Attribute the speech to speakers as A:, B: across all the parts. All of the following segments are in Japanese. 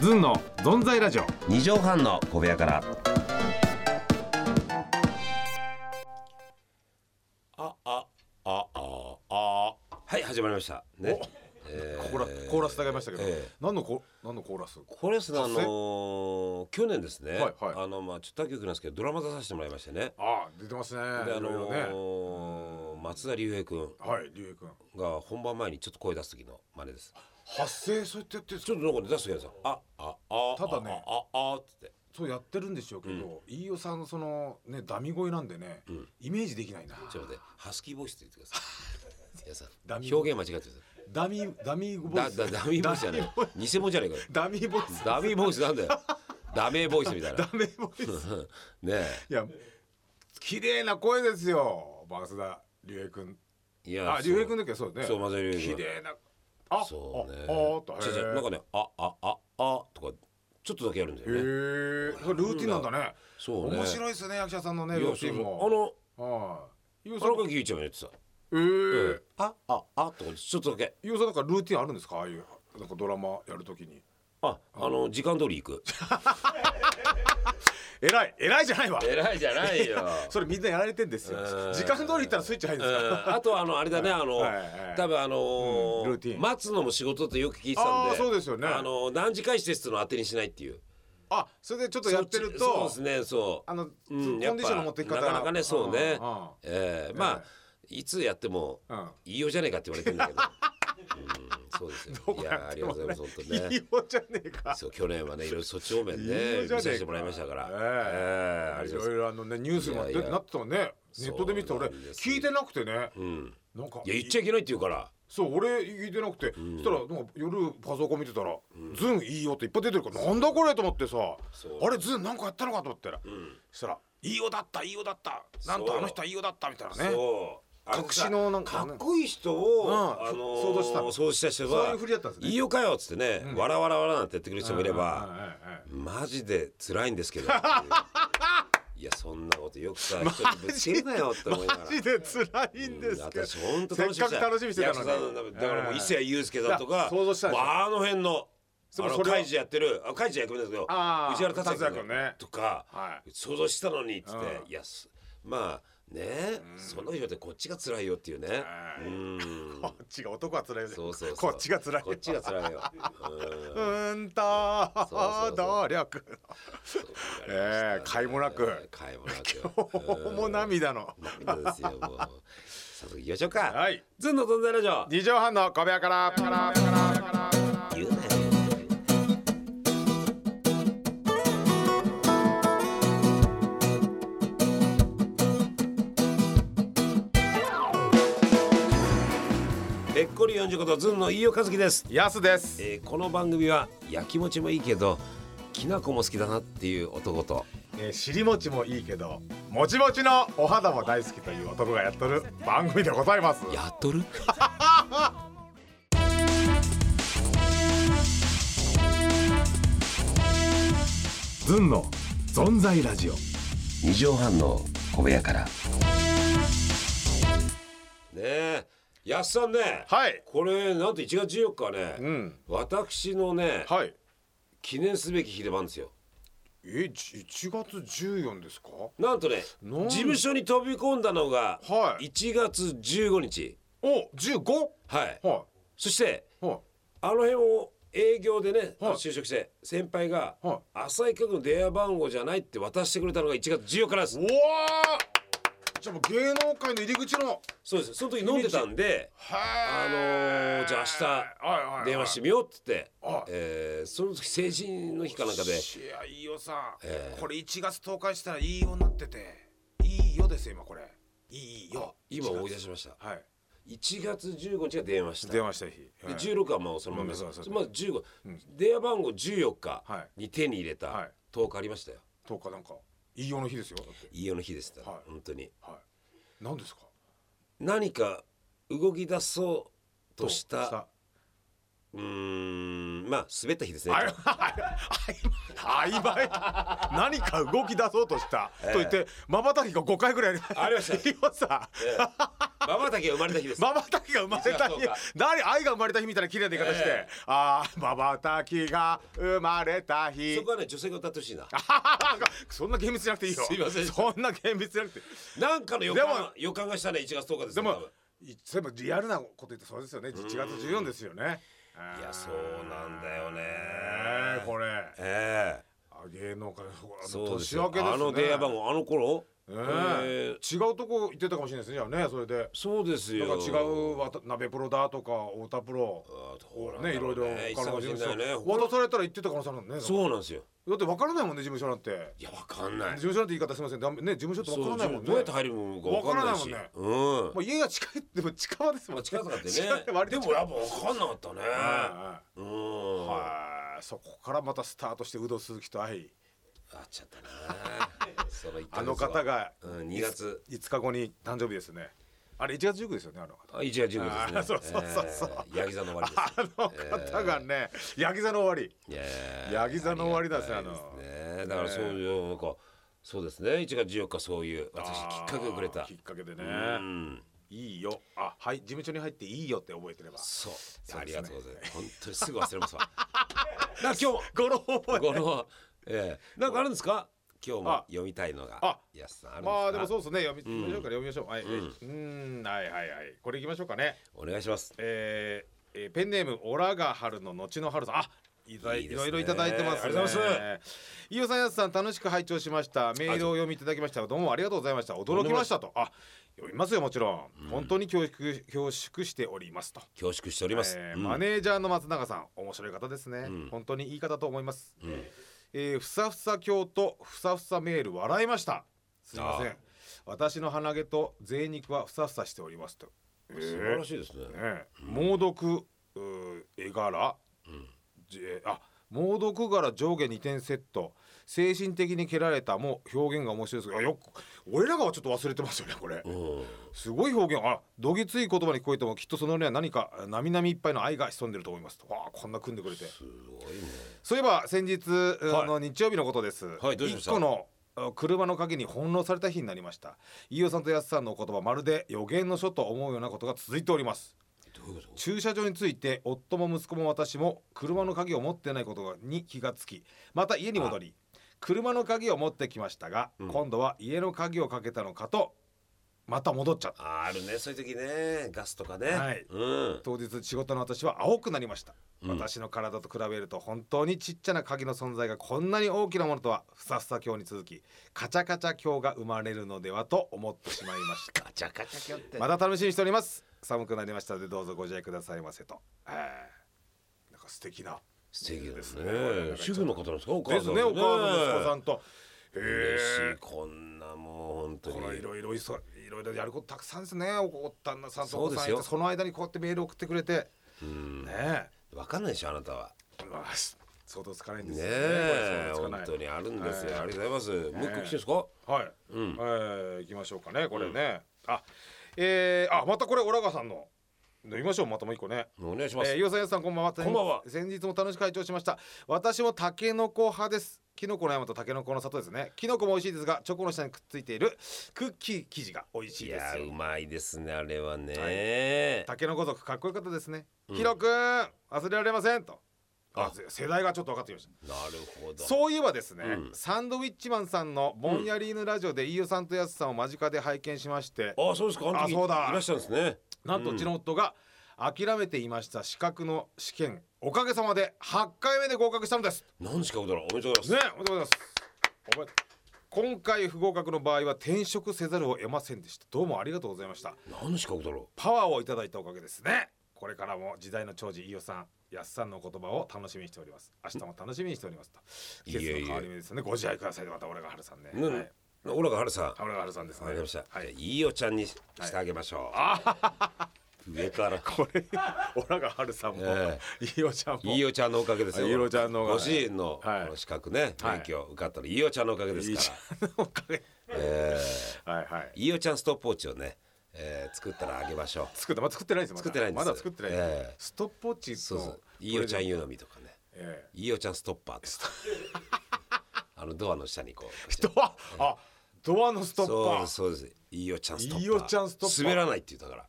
A: ずんのぞんざいラジオ
B: 二畳半の小部屋から。
C: あああああ
B: はい、始まりました。ね。
A: コーラコーラスだけましたけど、
B: ええ
A: 何のコ何のコーラス
B: これですね、あ
A: 達成
B: のー去年ですね。
A: はいはい
B: あの、まあ、ちょっと他局なんですけど、ドラマ出させてもらいましてね。
A: ああ出てますね
B: で、あ
A: いろいろ
B: の
A: ね
B: ー松田龍平君
A: はい龍英君
B: が本番前にちょっと声出す時の真似です。
A: 発声そうやってやってるんです
B: ちょっとなんか出す時あるんですよ。あああ。
A: ただね
B: ああああつって。
A: そうやってるんでしょうけど、飯尾さんのそのねダミ声なんでね、
B: ん
A: イメージできないな
B: ちょっと待って、ハスキーボイスって言ってください。いやさ
A: ダミー
B: 表現間違ってるん
A: ダミダミボイ
B: です
A: ス
B: よ。だだダミーボイスじゃない
A: ダミ。
B: 偽物じゃないかよ。
A: ダミーボイス
B: ダミーボイスなんだよ。ダメーボイスみたいな。
A: ダメボイス
B: ね
A: いや綺麗な声ですよバスダ龍英君
B: え。いや。
A: あ龍英
B: そう
A: 君だっけそうね
B: そう、松田龍平君
A: 綺。麗なあ
B: そうね。
A: ああーっと
B: 違う違うなんかね、あ、あ、あ、あとか、ちょっとだけやるんだ
A: へ
B: よね。
A: え、それルーティンなんだね。
B: そうね。
A: 面
B: い
A: 白いですね、役者さんのね、
B: や。
A: ルー
B: そ
A: テ
B: う
A: ィン
B: そうあ
A: も。
B: の、
A: はい。ゆう
B: 田
A: さん、
B: 中義一ちゃんがやってた。
A: ええ、
B: あ、あ、あとか、ちょっとだけ。
A: ゆうさんなんかルーティンあるんですか、ああいう、なんかドラマやるときに。
B: あ、あの、時間通り行く。
A: 偉い、偉いじゃないわ。
B: 偉いじゃないよ。
A: それみんなやられてんですよ
B: う。ん
A: 時間通り行ったらスイッチ入るんですか。
B: あとあのあれだねあの
A: はいはい
B: 多分あの
A: うんルーティ
B: ー
A: ン
B: 待つのも仕事ってよく聞いてたん
A: あ
B: で
A: ーそうですよね
B: あの何時開始ですってのを当てにしないっていう
A: あ、それでちょっとやってる
B: そ
A: と
B: っち、そうですねそう
A: あの、コ
B: う
A: ン
B: ん
A: ディションの持ってき方
B: やっぱなかなかねそうね
A: うんうん
B: ええまあいつやっても
A: うん
B: いいようじゃねえかって言われてるんだけどうんそ うですよいやーありがとうございます本当
A: いい
B: ね
A: よじゃねえか。
B: そう去年はねいろいろそっち方面ね
A: いいよ
B: 見
A: じゃねえか
B: させてもらいましたから
A: ね
B: ええあり
A: い
B: がとうござ
A: ろ
B: い
A: いろあのねニュースが
B: いや
A: 出
B: いや
A: なってたもんね。ネットで見てた俺
B: そうなんですよ
A: 聞いてなくてね。
B: ますうん
A: なんか
B: いや言っちゃいけないって言うから
A: そう俺聞いてなくて、そしたらなんか夜パソコン見てたら「ズンいいよ」っていっぱい出てるからなんだこれと思ってさ
B: そう
A: あれズンなんかやったのかと思ったら、
B: ん
A: そしたら「いいよだったいいよだったなんと
B: そう
A: あの人はいいよだった」みたいなね
B: そうあれさ
A: 隠しのなんかね
B: っこいい人を、
A: うん
B: あのー
A: 想像したの
B: 想像した人
A: そう
B: は
A: いうふりだったんですね
B: いいよかよっつってね、わらわらわらなんてやってくる人もいれば、
A: うんうんうん
B: マジで辛いんですけ どっていういやそんなことよくさ人にぶつけるなよって思いなが
A: マ
B: ら
A: ジで辛いんですけど、
B: 私本当楽し
A: せ
B: み
A: っかく楽しみにしてたのに
B: のにだからもう伊勢谷友介さんと
A: い
B: か
A: や想像したでしょ
B: もうあの辺の
A: で
B: あ
A: も
B: の
A: それは
B: カイジやってるあカイジ役目ですけど藤
A: あー
B: 原達也
A: 達也
B: 君
A: 君ね
B: とか、
A: はい
B: 想像したのにっつって、
A: うん
B: いやすまあねそんなこと言われてこっちが辛いよっていうね
A: う
B: うんん
A: こっちが男は辛いです
B: そうそうそう
A: こっちが辛い
B: こっちが辛いようん
A: うーんと
B: そうそうそう
A: 努力 ええ甲斐もなく
B: 甲斐もなく よ
A: のもう涙の
B: 涙ですよもう早速行きましょうか
A: はい
B: ずんのどんざいラジオ
A: 二畳半の小部屋からパラパラパラ
B: 言うなよぺっこり45度ずんの飯尾和樹です、
A: ヤスです
B: えー、この番組は焼きもちもいいけどきなこも好きだなっていう男と
A: えー、尻餅もいいけどもちもちのお肌も大好きという男がやっとる番組でございます
B: やっとる
A: ズンの存在ラジオ
B: 二畳半の小部屋からねえやっさんね
A: はい
B: これなんと1月14日はね、
A: うん
B: 私のね
A: はい
B: 記念すべき日でもあるんですよ
A: えじ1月14ですか
B: なんとね
A: なん
B: 事務所に飛び込んだのが
A: はい
B: 1月15日
A: お 15?
B: はい、
A: は
B: そして
A: いは
B: あの辺を営業でね、
A: はい
B: 就職して先輩が
A: はい
B: 浅井君の電話番号じゃないって渡してくれたのが1月14日なんです
A: いおおじゃあもう芸能界の入り口の
B: そうですその時飲んでたんであの
A: は
B: ーじゃあ明日電話してみようって言って、
A: はい
B: えーその時成人の日かなんかで
A: いやいいよさん、
B: ええ
A: これ1月10日にしたらいいようになってていいよですよ今これいいよ
B: 今思い出
A: し
B: しました
A: はい
B: 1月15日が電話した
A: 電話した日、
B: で
A: はい
B: 16はもうそのま
A: う
B: ま
A: ん
B: そ
A: そうそうそう
B: まあ15、電話番号14日
A: はい
B: に手に入れ
A: は
B: た
A: い
B: 10日ありましたよ
A: 10日なんかいいよの日ですよだって
B: いいよの日ですから、
A: はい
B: 本当に
A: はい何ですか
B: 何か動き出そうとした
A: あ
B: うーんまあ滑った日ですね
A: あいあいばい何か動き出そうとした、と言ってまばたきが5回ぐらいあり
B: ありました
A: いいよさ、
B: え まばたきが生まれた日です。
A: まばたきが生まれた
B: い
A: 日
B: やそう
A: 誰愛が生まれた日みたいな綺麗な言い方して、
B: え
A: ああまばたきが生まれた日
B: そこはね、女性が歌ってほしいな。
A: そんな厳密じゃなくていいよ
B: すいません
A: そんな厳密じゃなくて
B: なんかの予
A: でも
B: 感、予感がしたね、1月10日です
A: でも
B: よ。多分
A: いそういえばリアルなこと言ってそうですよね1月14ですよねあー
B: いや、そうなんだよ
A: えー
B: ね。
A: これ
B: え
A: あ芸能界のあ
B: え。
A: の
B: そうです
A: 年
B: よ
A: 明けですね
B: あの電話番号、あの頃。
A: え
B: え
A: ー
B: え
A: 違うとこ行ってたかもしれないですねじゃあねそれで
B: そうです
A: な
B: よ。
A: んか違うわた鍋プロだとか太田プロ
B: あどうなんだろうね
A: ねいろいろ
B: 忙しいんだよね
A: 渡されたら言ってた可能性あるもんね
B: そうなんですよ。
A: だって分からないもんね事務所なんて
B: いや、わかんない
A: 事。務所なんて言い方すみませんだめね事務所って分からないもん
B: そうどうや
A: ね
B: って入るのかわかんないし。
A: わから
B: うん。ま
A: まあ家が近いでも近場ですもん
B: あ、近くだっ て
A: 近い
B: ね。
A: 割
B: で
A: と
B: も、
A: 近い
B: やっぱわかんなかったね。
A: はい
B: うん。
A: はいそこからまたスタートして有働鈴木と会い
B: あっち ゃったな。その一ヶ月は
A: あの方が
B: うん、2月。
A: 5日後に誕生日ですねあれ1月19ですよねあの方
B: あ、一夜十五です
A: あ
B: ね。
A: そうそうそうそう
B: えーヤギ座の終わ りです。
A: あの方がねヤギ座の終わり
B: いやー
A: ヤギ座の終わりだぜ
B: ありがたいですねだから
A: ね
B: そういうなんかそうですね1月14日そういう私きっかけをくれ
A: あ
B: た
A: ーきっかけでね
B: うん
A: いいよあはい事務所に入っていいよって覚えてれば
B: そう
A: うですね
B: ありがとうございます本当にすぐ忘れます わなんか今日も
A: 語呂覚え
B: このえーなんかあるんですか今日も
A: あ
B: 読みたいのが
A: あ
B: やすさんあるんですか
A: まあでもそうですね読み読みましょうから読みましょうはいはいうんはいはいはいこれいきましょうかね
B: お願いします
A: えーえーペンネームオラが春の後の春さんあいたい
B: いいですね
A: ろいろいただいてます、ね。
B: ありがとうござい
A: ます。飯尾さん、やすさん、楽しく拝聴しました。メールを読みいただきました。どうもありがとうございました。驚きましたと。あ、読みますよ、もちろん。本当に恐縮、恐縮しておりますと。
B: 恐縮しております
A: えー
B: うん
A: マネージャーの松永さん面白い方ですね、
B: うん
A: 本当にいい方と思います、えーふさふさ鏡とふさふさメール笑いましたすいませ
B: あ
A: ん私の鼻毛と贅肉はふさふさしておりますと、えー
B: 素晴らしいですね
A: ね猛毒うー絵柄、じあ猛毒柄上下2点セット精神的に蹴られたも表現が面白いですがあよく俺らがはちょっと忘れてますよねこれ、
B: うん
A: すごい表現あどぎつい言葉に聞こえてもきっとその裏には何かなみなみいっぱいの愛が潜んでると思いますとわあこんな組んでくれて
B: すごいね
A: そういえば先日、
B: はい
A: あの日曜日のことです、
B: はいどうしました
A: 一個のあ車の鍵に翻弄された日になりました飯尾さんと安さんのお言葉まるで予言の書と思うようなことが続いております
B: どういうこ
A: 駐車場について夫も息子も私も車の鍵を持ってないことに気がつきまた家に戻り車の鍵を持ってきましたが、
B: うん
A: 今度は家の鍵をかけたのかとまた戻っちゃった
B: とあるねそういう時ねガスとかね
A: はい
B: うん
A: 当日仕事の私は青くなりました、
B: うん
A: 私の体と比べると本当にちっちゃな鍵の存在がこんなに大きなものとはふさふさ鏡に続きカチャカチャ鏡が生まれるのではと思ってしまいました
B: ガチャガチャキョって
A: また楽しみにしております寒くなりましたのでどうぞご自愛くださいませと、えー、なんか素敵な
B: 素敵ですね
A: ねえ。
B: 主婦の方なんですか、お母
A: で
B: さ
A: す
B: ん。
A: ねお母さんの息子さ
B: ん。
A: んとへ
B: 嬉し
A: え
B: い、こんなもう本当
A: これ
B: に
A: い。ろいろいそいろいろやることたくさんですねおお旦那さんとお
B: そう
A: 子
B: で
A: さん
B: す
A: い
B: よ
A: てその間にこうやってメール送ってくれて
B: うん
A: ねえ
B: わかんないでしょ、あなたは。
A: うわ相当つかないんで
B: ね
A: すよね
B: え、
A: これ相当つかない
B: 本当にあるんです
A: は
B: よ。
A: い
B: ありがとうございます。もう一個
A: ねえ
B: 来ていいですか。
A: はい、
B: うん
A: えー行きましょうかねこれね、あえー、あまたこれオラガさんの飲みましょうまたもう一個ね
B: お願いしま
A: えー、
B: す。
A: ようさんようさんこんばんは
B: こんばんは
A: 先日も楽しく会長しました私もタケノコ派ですキノコの山とタケノコの里ですねキノコも美味しいですがチョコの下にくっついているクッキー生地が美味しい
B: い
A: で
B: や
A: す
B: ー、うまいですね、あれは
A: は
B: ね。
A: タケノコ族かっこよかったですね、
B: うん
A: ヒロくん忘れられませんとあ
B: あ
A: せ世代がちょっと分かってきました
B: なるほど。
A: そういえばですね、
B: うん
A: サンドウィッチマンさんのぼんやりのラジオで飯尾さんとやすさんを間近で拝見しまして、
B: あ、そうですか。あの時
A: あそうだ
B: いらっしゃるんですね。
A: なんとうちの夫が諦めていました資格の試験おかげさまで8回目で合格したのです。
B: 何しかうだろう。おめでとうござ
A: ね
B: いま、
A: おめでとうございます。おめで今回不合格の場合は転職せざるを得ませんでした。どうもありがとうございました。
B: す。何しかうだろ
A: パワーをいただいたおかげですね。これからも時代の長寿飯尾さん、やすさんのお言葉を楽しみにしております。明日も楽しみにしておりますと。季節の変わり目ですね。ご自愛ください。また俺が春さんね。
B: う。な
A: はい
B: オラがはるさん。わ
A: 田村春さんですね。
B: かりました。
A: は
B: じゃあ
A: い。
B: いいおちゃんにしてあげましょう。上から。
A: これ、オラが春さんも、
B: え
A: いおち ゃんも。
B: いいお茶のおかげですよ。
A: いいお茶のおかげ
B: ご主人のこ
A: はい
B: の資格ね、
A: はい
B: 勉強受かったらいいお茶のおかげです
A: いいち
B: か
A: ゃんのおかげ。
B: ら。え
A: はいはい
B: ー。いいお茶ストップウォッチをね、えー作ったらあげましょ
A: 作った、まだ作ってないですよ。まだ
B: 作ってないんです
A: まだ作ってないです。
B: ええ
A: ストップウォッチ
B: う。そうそ
A: の
B: う。いいお茶
A: これで
B: 湯飲みとかね。
A: ええ
B: いいお茶ストッパーです。あのドアの下にこう。
A: 人は、あ、ドアのストッ
B: そう
A: パ
B: で
A: ー
B: すそうです飯尾ちゃんストッパー
A: 飯尾ちゃんストッパー
B: 滑らないって言ったから、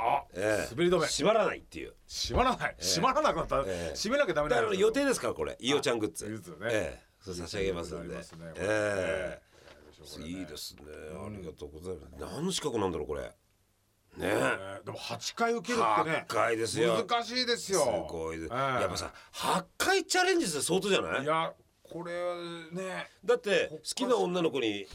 A: あ、
B: ええ
A: 滑り止め
B: 縛らないっていう
A: 閉まらない、閉まらなかったら、
B: ええ
A: 閉めなきゃダメ
B: だ
A: な
B: か
A: ん
B: ら
A: です
B: 予
A: よ
B: 定ですからこれ飯尾ちゃんグッズ
A: グッズね
B: ええそれ差し上げますんで
A: ありますねこれ
B: ええ
A: ね
B: いいですねありがとうございます、何の資格なんだろうこれねえ
A: えーでも八回受けるってね
B: 8回ですよ
A: 難しいです
B: す
A: よ
B: ごいです、
A: えー
B: やっぱさ8回チャレンジって相当じゃない
A: いやこれはね
B: だって好きな女の子に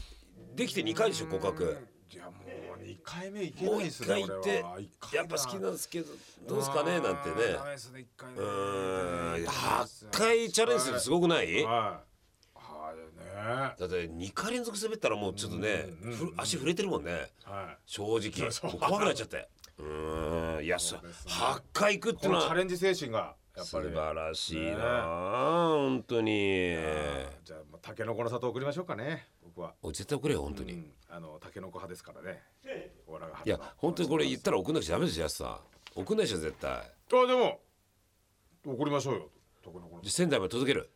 B: できて2回でしょ告白
A: いやもう二回目いけ
B: も
A: な
B: う
A: いです
B: 1
A: ね
B: 回行って
A: 俺は一回だ
B: やっぱ好きなんですけどどうですかねなんてね
A: あーダメですね一回ね
B: うーん8回チャレンジするのすごくない
A: はいはいはいね
B: だって2回連続滑ったらもうちょっとね
A: うん
B: ふ足触れてるもんね
A: はい
B: 正 直
A: そう
B: もう怖くなっちゃってうーんいや
A: そ
B: さ
A: うですね
B: 8回行くって
A: こ
B: の
A: のチャ
B: は
A: レンジ精神がやっぱ
B: 素
A: り
B: 晴らしい
A: ね
B: なあ本当に
A: あーじゃあまあタケノコの里送りましょうかね僕は
B: お絶対送れよ本当
A: う
B: に
A: んあのタケノコ派ですからねオラが
B: い
A: 派
B: や
A: の
B: 本当にこれ言ったら送んなくちゃダメですよやすさん送んないでしょ絶対
A: あでも送りましょうよタケノコの
B: じゃあ仙台まで 届ける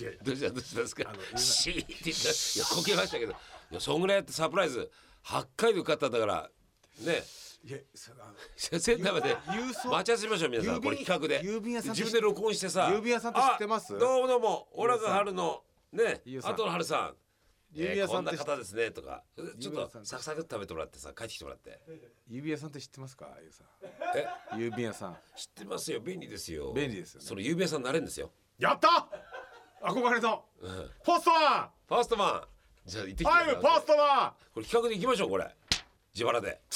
A: いやいや
B: どうしたどうしたんですか
A: あの。
B: シーって言った。いやこけましたけど。いやそんぐらいやってサプライズ8回で受かったんだからね。
A: いやそあの
B: センターまで
A: 郵送
B: 待ち合わせしましょう皆さんこれ企画で。
A: 郵便屋さんって
B: 自分で録音してさ。
A: 郵便屋さんって知ってます
B: あどうもどうも。オラが春のね
A: 郵。さん
B: あとの春さん。
A: 郵便屋さん
B: えーこんな
A: って知っ
B: 方ですねとかちょっ
A: 郵便屋
B: と
A: さんって
B: サクサクっと食べてもらってさ帰ってきてもらって
A: 郵便屋さんって知ってますかゆうさ
B: え
A: ん郵便屋さん
B: 知ってますよ便利ですよ
A: 便利ですよね
B: その郵便屋さんになれるんですよ
A: やった憧れの
B: ん
A: ポストマ
B: ファーストマンじゃあ行ってきて
A: ンはいポストマ
B: これ企画でいきましょうこれ自腹で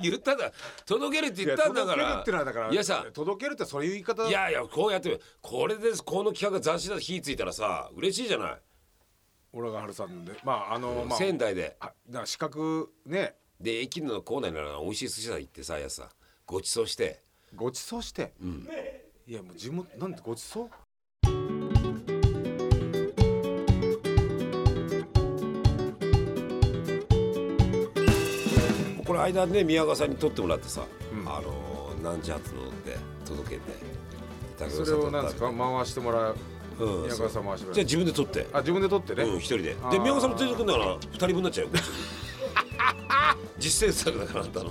B: 言っただ届けるって
A: ン
B: 言ったんだから
A: 届けるってのはだから
B: いやさ
A: 届けるってそういう言い方
B: いやいやこうやってこれですこの企画が斬新だと火ついたらさ嬉しいじゃない、
A: オラが春さんでまああのまあ
B: 仙台で
A: あだから資格ね
B: で駅の構内なら美味しい寿司屋さん行ってさやすさんご馳走して
A: ごちそうして、いやもう地元なんでごちそう
B: これ間ね宮川さんに撮ってもらってさ、
A: ん
B: あの何時発のって届けて高木
A: そ
B: さ
A: れ
B: ん撮
A: を
B: った
A: なん
B: ん
A: ですか回してもらう
B: うん
A: 宮川さん回しても
B: じゃあ
A: らう
B: 自分で撮って
A: あ自分で取ってね、
B: うん、一人で。で
A: あ、ー
B: 宮本さんも連れてくんだから、二人分になっちゃうよ。こっ ち実践策だから、あんたの。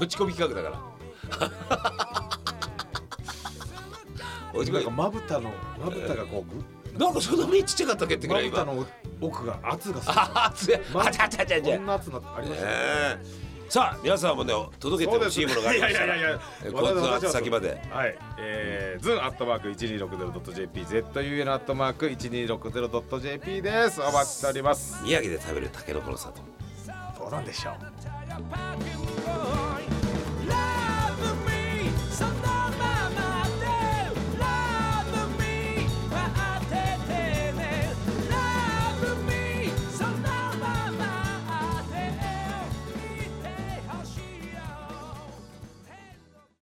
B: 持ち込み企画だ から。持ち
A: なん
B: 込
A: か
B: み。
A: まぶたのまぶたがこうぐ
B: なんか、そんなにちっちゃかったっけってく
A: ま
B: らい、
A: ぶた
B: 今。
A: の奥が圧がする
B: あ、 熱い。あちゃちゃちゃち
A: こ
B: ゃ
A: ん。な圧なありましたね
B: ええさあ、皆さんもね、届けてほしいものがありましたら。
A: いやいやいや
B: え
A: いや
B: 交通の先まで。
A: はい、えー、ズンアットマーク一二六ゼロドット jp、z u n アットマーク一二六ゼロドット jp です。お待ちしております。
B: 宮城で食べるタケノコの里。
A: どうなんでしょう。
D: tired of rock and roll.